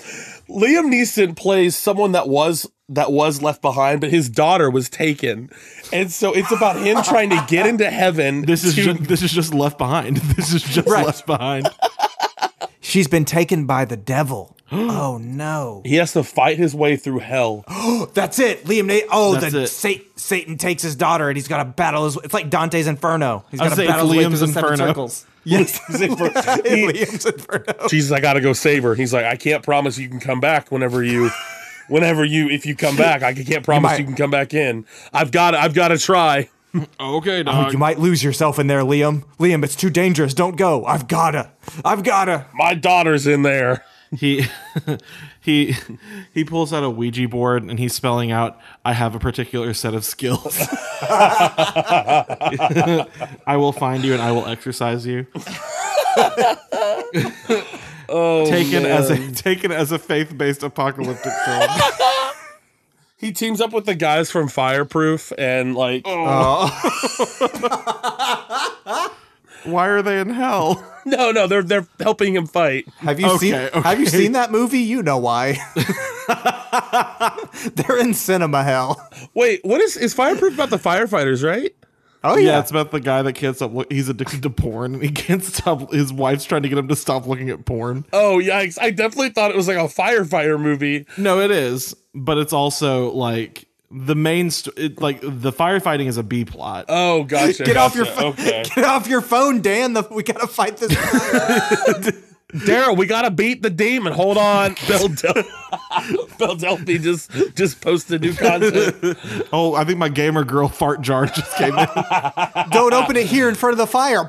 Liam Neeson plays someone that was that was left behind, but his daughter was taken, and so it's about him trying to get into heaven. This is to- ju- this is just left behind. This is just Right. left behind. She's been taken by the devil. oh no! he has to fight his way through hell. That's it, Liam. Na- oh, That's the it. Satan, Satan takes his daughter, and he's got to battle his. It's like Dante's Inferno. He's got was to gonna say, it's battle his way Liam's through the seven Inferno. circles. Yes, He's in for- Liam's Inferno. Jesus, I gotta go save her. He's like, I can't promise you can come back whenever you, whenever you, if you come back, I can't promise might- you can come back in. I've got, I've got to try. Okay, You might lose yourself in there, Liam. Liam, it's too dangerous. Don't go. I've gotta. I've gotta. My daughter's in there. He he he pulls out a Ouija board and he's spelling out I have a particular set of skills. I will find you and I will exercise you. Oh, Taken as a taken as a faith-based apocalyptic film. he teams up with the guys from Fireproof and like. Why are they in hell? No, no, they're they're helping him fight. Have you seen? Okay, Have you okay. seen that movie? You know why. They're in cinema hell. Wait, what is is fireproof about the firefighters, right? Oh Yeah, yeah, it's about the guy that can't stop. Look, he's addicted to porn. and He can't stop. His wife's trying to get him to stop looking at porn. Oh yikes! I definitely thought it was like a firefighter movie. No, it is, but it's also like the main. St- it, like the firefighting is a B plot. Oh gotcha. Get off your gotcha. phone. Okay, Get off your phone, Dan. The, we gotta fight this. Daryl, we gotta beat the demon. Hold on, Bel Del- Bel Delphi just just posted new content. oh, I think my gamer girl fart jar just came in. Don't open it here in front of the fire.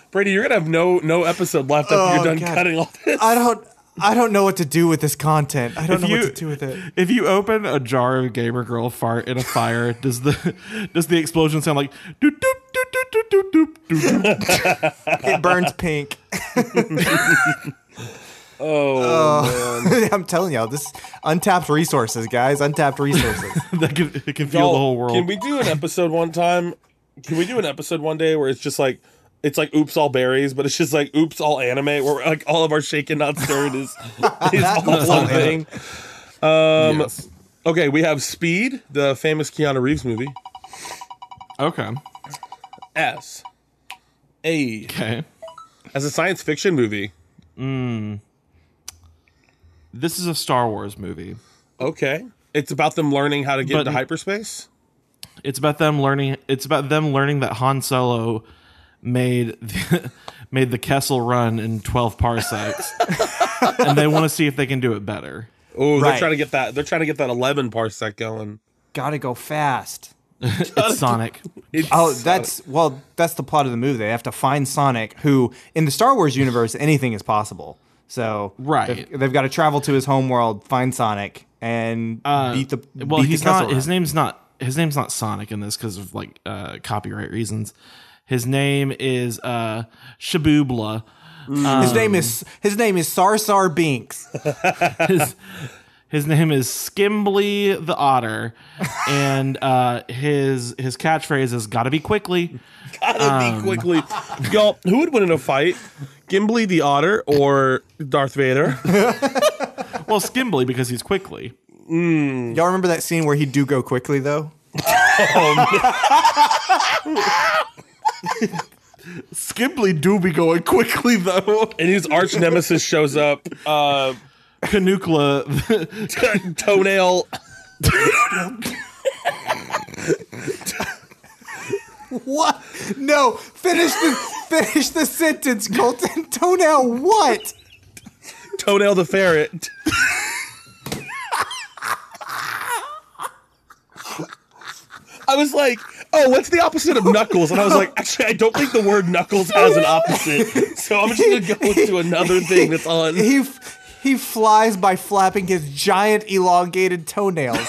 Brady, you're gonna have no no episode left after you're Oh, done God. cutting all this. I don't. I don't know what to do with this content. I If don't know you- what to do with it. If you open a jar of gamer girl fart in a fire, does the does the explosion sound like doop doop doop doop doop doop doop? doop? It burns pink. oh, I'm telling y'all, this untapped resources, guys. Untapped resources. that can, it can feel the whole world. Can we do an episode one time? Can we do an episode one day where it's just like it's like oops all berries, but it's just like oops all anime, where like all of our shaken not stirred is is all one thing. Um, Yes. Okay, we have Speed, the famous Keanu Reeves movie. Okay. S A Okay. as a science fiction movie. This is a Star Wars movie. Okay, it's about them learning how to get But- into hyperspace. It's about them learning. It's about them learning that Han Solo made the, made the Kessel Run in twelve parsecs, and they want to see if they can do it better. Oh, Right. they're trying to get that. They're trying to get that eleven parsec going. Gotta go fast. It's Sonic. It's- Oh, that's well, that's the plot of the movie. They have to find Sonic, who in the Star Wars universe, anything is possible. So Right. they've, got to travel to his home world, find Sonic, and beat the Well, beat he's the not. Kessel Run. His name's not. His name's not Sonic in this because of like uh, copyright reasons. His name is uh, Shabubla. his name is his name is Sarsar Binks. his, his name is Skimbly the Otter, and uh, his his catchphrase is "Gotta be quickly." Gotta be quickly, y'all. Who would win in a fight, Gimli the otter or Darth Vader? Well, Skimbly because he's quickly. Y'all remember that scene where he do go quickly though? Skimbly do be going quickly though. and his arch nemesis shows up. Uh, Canukla, toenail. What? No, finish the finish the sentence, Colton. Toenail what? Toenail the ferret. I was like, oh, what's the opposite of knuckles? And I was like, actually, I don't think the word knuckles has an opposite. So I'm just going to go into another thing that's on. He f- he flies by flapping his giant elongated toenails.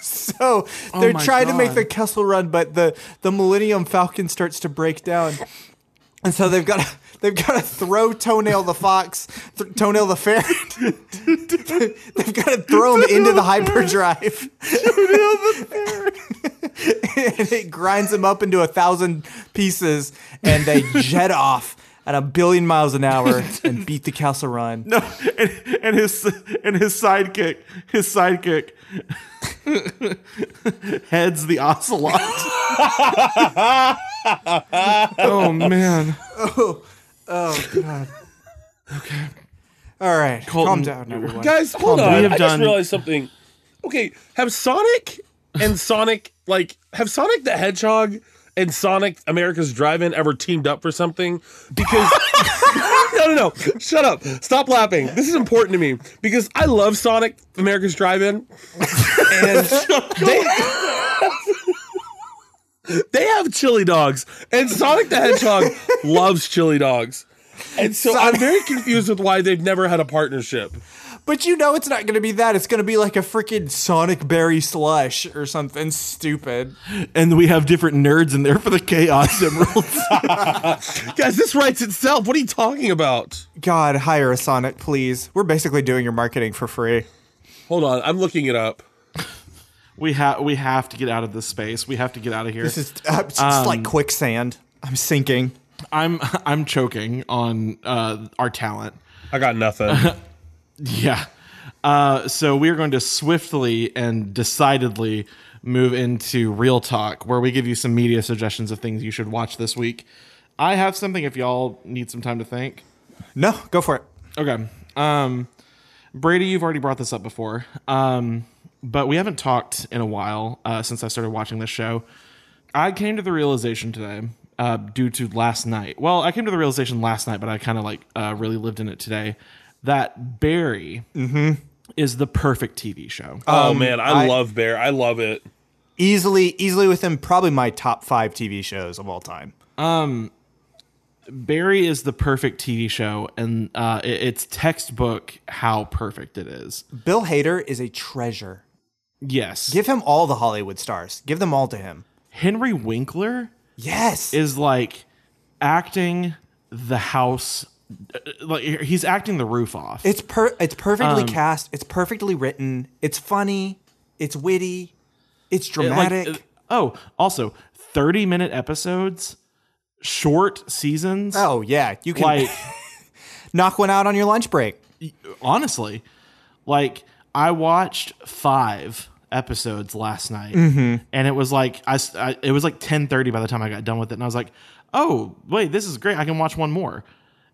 so they're Oh my trying to make God. the Kessel Run, but the the Millennium Falcon starts to break down, and so they've got to, they've got to throw Toenail the fox, th- Toenail the ferret. they've got to throw him into the hyperdrive. and it grinds him up into a thousand pieces, and they jet off at a billion miles an hour and beat the Castle Run. no, and, and his and his sidekick, his sidekick heads the ocelot. oh man, All right, calm Colton, down, everyone. Guys, hold on. have I done- just realized something. Okay, have Sonic and Sonic like have Sonic the Hedgehog and Sonic America's Drive-In ever teamed up for something? Because no, no, no. Shut up. Stop laughing. This is important to me because I love Sonic America's Drive-In, and they. They have chili dogs, and Sonic the Hedgehog loves chili dogs. And so I'm very confused with why they've never had a partnership. But you know it's not going to be that. It's going to be like a freaking Sonic Berry slush or something stupid. and we have different nerds in there for the chaos emeralds. Guys, this writes itself. What are you talking about? God, hire a Sonic, please. We're basically doing your marketing for free. Hold on, I'm looking it up. we have we have to get out of this space. We have to get out of here. This is uh, it's just Um, like quicksand. I'm sinking. I'm I'm choking on uh, our talent. I got nothing. Yeah. Uh, so we are going to swiftly and decidedly move into real talk, where we give you some media suggestions of things you should watch this week. I have something if y'all need some time to think. No, go for it. Okay. Um, Brady, you've already brought this up before, um, but we haven't talked in a while uh, since I started watching this show. I came to the realization today uh, due to last night. Well, I came to the realization last night, but I kind of like uh, really lived in it today that Barry is the perfect TV show. oh man, I, I- love Bear. I love it. Easily, easily within probably my top five TV shows of all time. Barry is the perfect TV show, and uh, it- it's textbook how perfect it is. Bill Hader is a treasure. Yes. Give him all the Hollywood stars. Give them all to him. Henry Winkler Yes. is like acting the house uh, like he's acting the roof off It's per it's perfectly Um, cast, it's perfectly written, it's funny, it's witty, it's Like, dramatic. oh also 30 minute episodes short seasons oh yeah, you can like knock one out on your lunch break. honestly like i watched five episodes last night and it was like I, s- I- it was like 10.30 by the time i got done with it and i was like oh wait this is great i can watch one more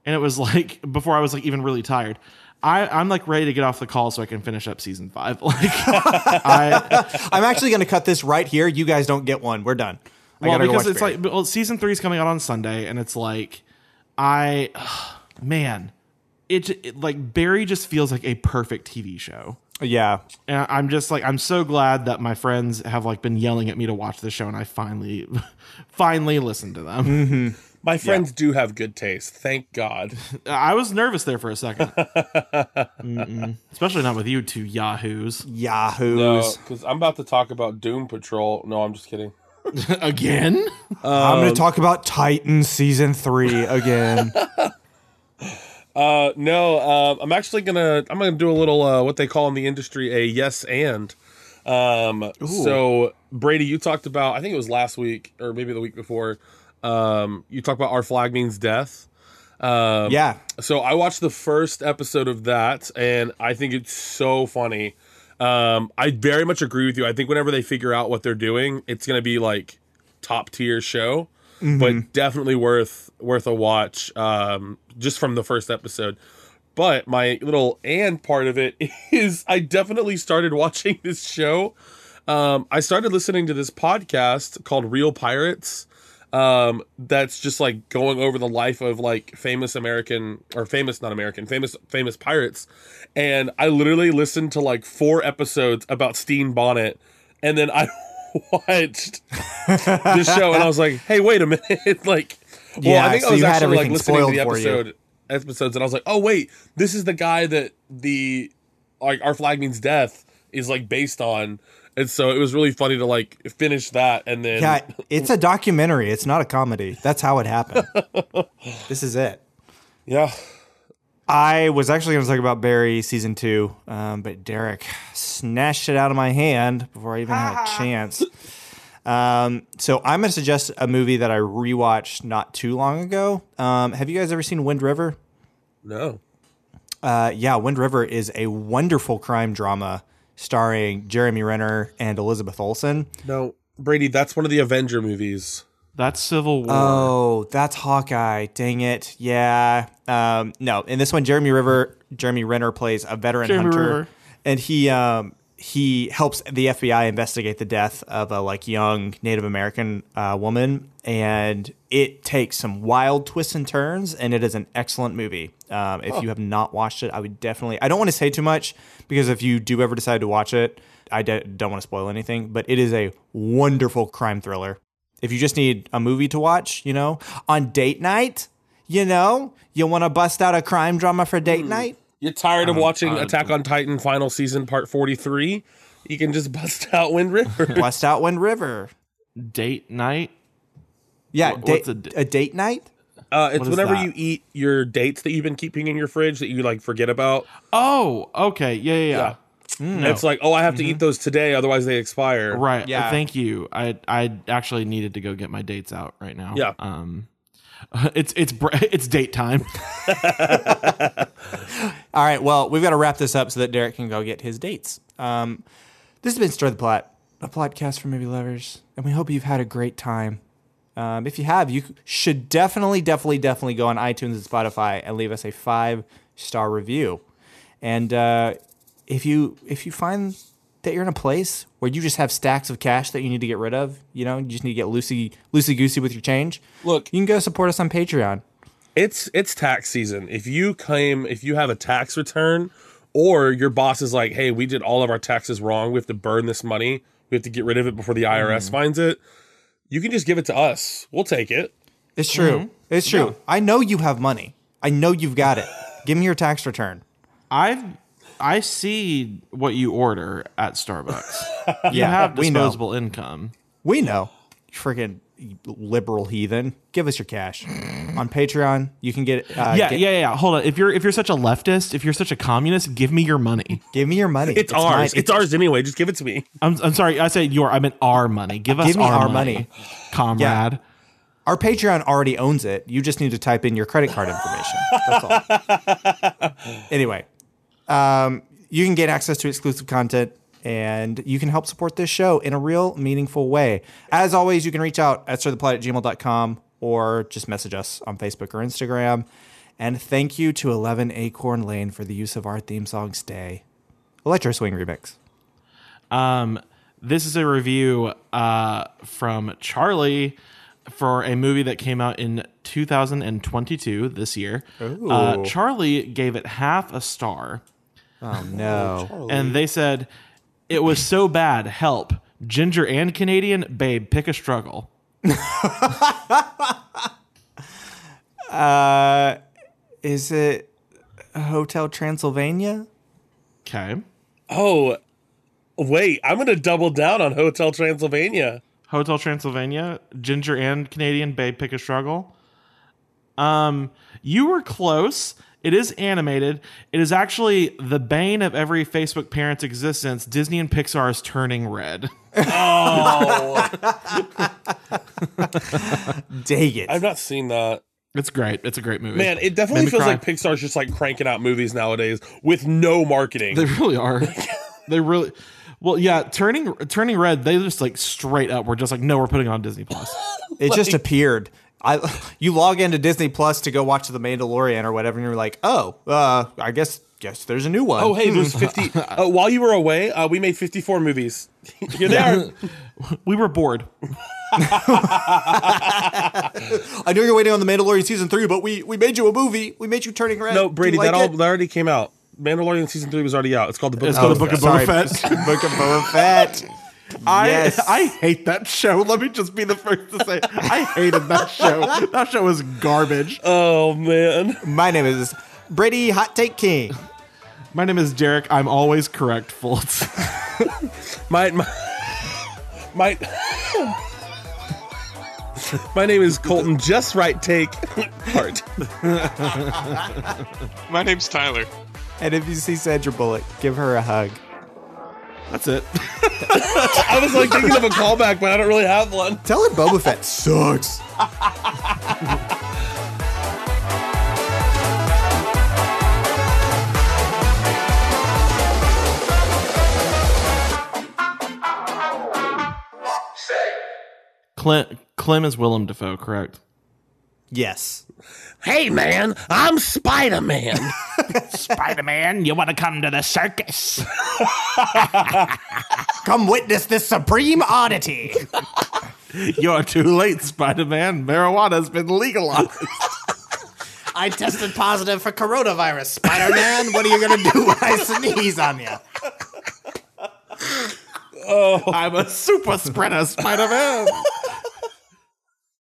and it was like before i was like even really tired I, i'm like ready to get off the call so i can finish up season five like i I'm actually gonna cut this right here. You guys don't get one. We're done. I well gotta go because watch it's Barry. like well, season three is coming out on sunday and it's like i man it, j- it like barry just feels like a perfect tv show Yeah. and I'm just like I'm so glad that my friends have like been yelling at me to watch this show, and I finally, finally listened to them. My friends do have good taste. Thank God. I was nervous there for a 2nd especially not with you two yahoos. Yahoo's. Uh, Because I'm about to talk about Doom Patrol. No, I'm just kidding. Again? I'm going to talk about Titan season three again. Uh, no, uh, I'm actually gonna I'm gonna do a little uh, what they call in the industry a yes and. Um, so Brady, you talked about I think it was last week or maybe the week before. Um, you talked about our flag means death. Um, yeah. So I watched the first episode of that, and I think it's so funny. Um, I very much agree with you. I think whenever they figure out what they're doing, it's going to be like top tier show, but definitely worth worth a watch. Um, just from the first episode. But my little and part of it is I definitely started watching this show. Um, I started listening to this podcast called Real Pirates um, that's just like going over the life of like famous American or famous not American famous famous pirates, and I literally listened to like four episodes about Steen Bonnet, and then I watched this show and I was like, hey, wait a minute, like, well, Yeah, I think so I was you had actually like everything listening to the spoiled for you. episode episodes and I was like, oh wait, this is the guy that the like our flag means death is like based on. And so it was really funny to like finish that and then Yeah, it's a documentary. It's not a comedy. That's how it happened. this is it. yeah. I was actually going to talk about Barry season two, um, but Derek snatched it out of my hand before I even had a chance. Um, so I'm going to suggest a movie that I rewatched not too long ago. Um, have you guys ever seen Wind River? No. Uh, yeah, Wind River is a wonderful crime drama starring Jeremy Renner and Elizabeth Olsen. No, Brady, that's one of the Avenger movies. That's Civil War. Oh, that's Hawkeye. Dang it. Yeah. Um, no, in this one, Jeremy River, Jeremy Renner plays a veteran Jeremy hunter, Renner. and he um, he helps the FBI investigate the death of a like young Native American uh, woman, and it takes some wild twists and turns, and it is an excellent movie. Um, if you have not watched it, I would definitely. I don't want to say too much because if you do ever decide to watch it, I de- don't want to spoil anything. But it is a wonderful crime thriller if you just need a movie to watch, you know, on date night, you know, you want to bust out a crime drama for date night. You're tired of watching Attack on Titan final season part 43? You can just bust out Wind River. Bust out Wind River. Date night? Yeah, Wha- date, what's a a d- date night. Uh, it's is whenever that? you eat your dates that you've been keeping in your fridge that you like forget about. Oh, okay. Yeah, yeah, yeah. It's like, oh, I have to eat those today, otherwise they expire. Mm. Mm-hmm. Right. Yeah. Thank you. I I actually needed to go get my dates out right now. Yeah. Um it's it's br- it's date time. All right, well, we've got to wrap this up so that Derek can go get his dates. Um, this has been Stir the Plot, a podcast for movie lovers, and we hope you've had a great time. Um, if you have, you should definitely, definitely, definitely go on iTunes and Spotify and leave us a five star review. And uh, if you if you find that you're in a place where you just have stacks of cash that you need to get rid of, you know, you just need to get loosey loosey goosey with your change. Look. you can go support us on Patreon. It's it's tax season. If you claim if you have a tax return or your boss is like, "Hey, we did all of our taxes wrong. We have to burn this money. We have to get rid of it before the IRS finds it." You can just give it to us. We'll take it. It's true. Mm-hmm. It's true. I know you have money. I know you've got it. Give me your tax return. I've I see what you order at Starbucks. You have we know. disposable income. We know. Freaking liberal heathen. Give us your cash. On Patreon, you can get uh, Yeah, gi- yeah, yeah. Hold on. If you're if you're such a leftist, if you're such a communist, give me your money. Give me your money. It's, ours. mine. it's, ours anyway. Just give it to me. I'm I'm sorry. I said your. I meant our money. Give us Give me our, our money, money. comrade. Our Patreon already owns it. You just need to type in your credit card information. That's all. anyway, um, you can get access to exclusive content and you can help support this show in a real meaningful way. As always, you can reach out at sirtheplot at gmail.com or just message us on Facebook or Instagram. And thank you to 11 Acorn Lane for the use of our theme song Stay. Electro Swing Remix. Um, this is a review uh, from Charlie for a movie that came out in 2022 this year. Uh, Charlie gave it half a star, Oh, no. and they said it was so bad. Help, ginger and Canadian, babe, pick a struggle. Uh, is it Hotel Transylvania? Okay, Oh, wait. I'm going to double down on Hotel Transylvania. Hotel Transylvania, Ginger and Canadian Babe Pick a Struggle. Um, you were close. It is animated. It is actually the bane of every Facebook parent's existence. Disney and Pixar is turning red. Dang it. I've not seen that. It's great. It's a great movie. Man, it definitely me feels cry. like Pixar's just like cranking out movies nowadays with no marketing. They really are. they really. Well, yeah, turning turning red. They just like straight up. We're just like, no, we're putting it on Disney Plus. It just appeared. I you log into Disney Plus to go watch The Mandalorian or whatever, and you're like, oh, uh, I guess guess there's a new one. oh, hey, there's 50. Uh, while you were away, uh, we made 54 movies. Here they are. we were bored. I know you're waiting on The Mandalorian season three, but we we made you a movie. We made you turning red. Do No, you Brady, like that, all, it? that already came out. Mandalorian season three was already out. It's called the Book It's of called Boba the Book of Fett. Sorry, Boba Fett. Book of Boba Fett. I, Yes. I hate that show. Let me just be the first to say I hated that show. That show was garbage. Oh man, My name is Brady Hot Take King. My name is Derek. I'm always correct, Fultz. my my my, my name is Colton. Just right, take part. My name's Tyler. And if you see Sandra Bullock, give her a hug. That's it. I was like thinking of a callback, but I don't really have one. Tell her Boba Fett sucks. Clem, Clem is Willem Dafoe, correct? Yes. Hey man, I'm Spider Man. Spider Man, you want to come to the circus? Come witness this supreme oddity. You're too late, Spider Man. Marijuana's been legalized. I tested positive for coronavirus, Spider Man. what are you going to do when I sneeze on you? Oh, I'm a super spreader, Spider Man.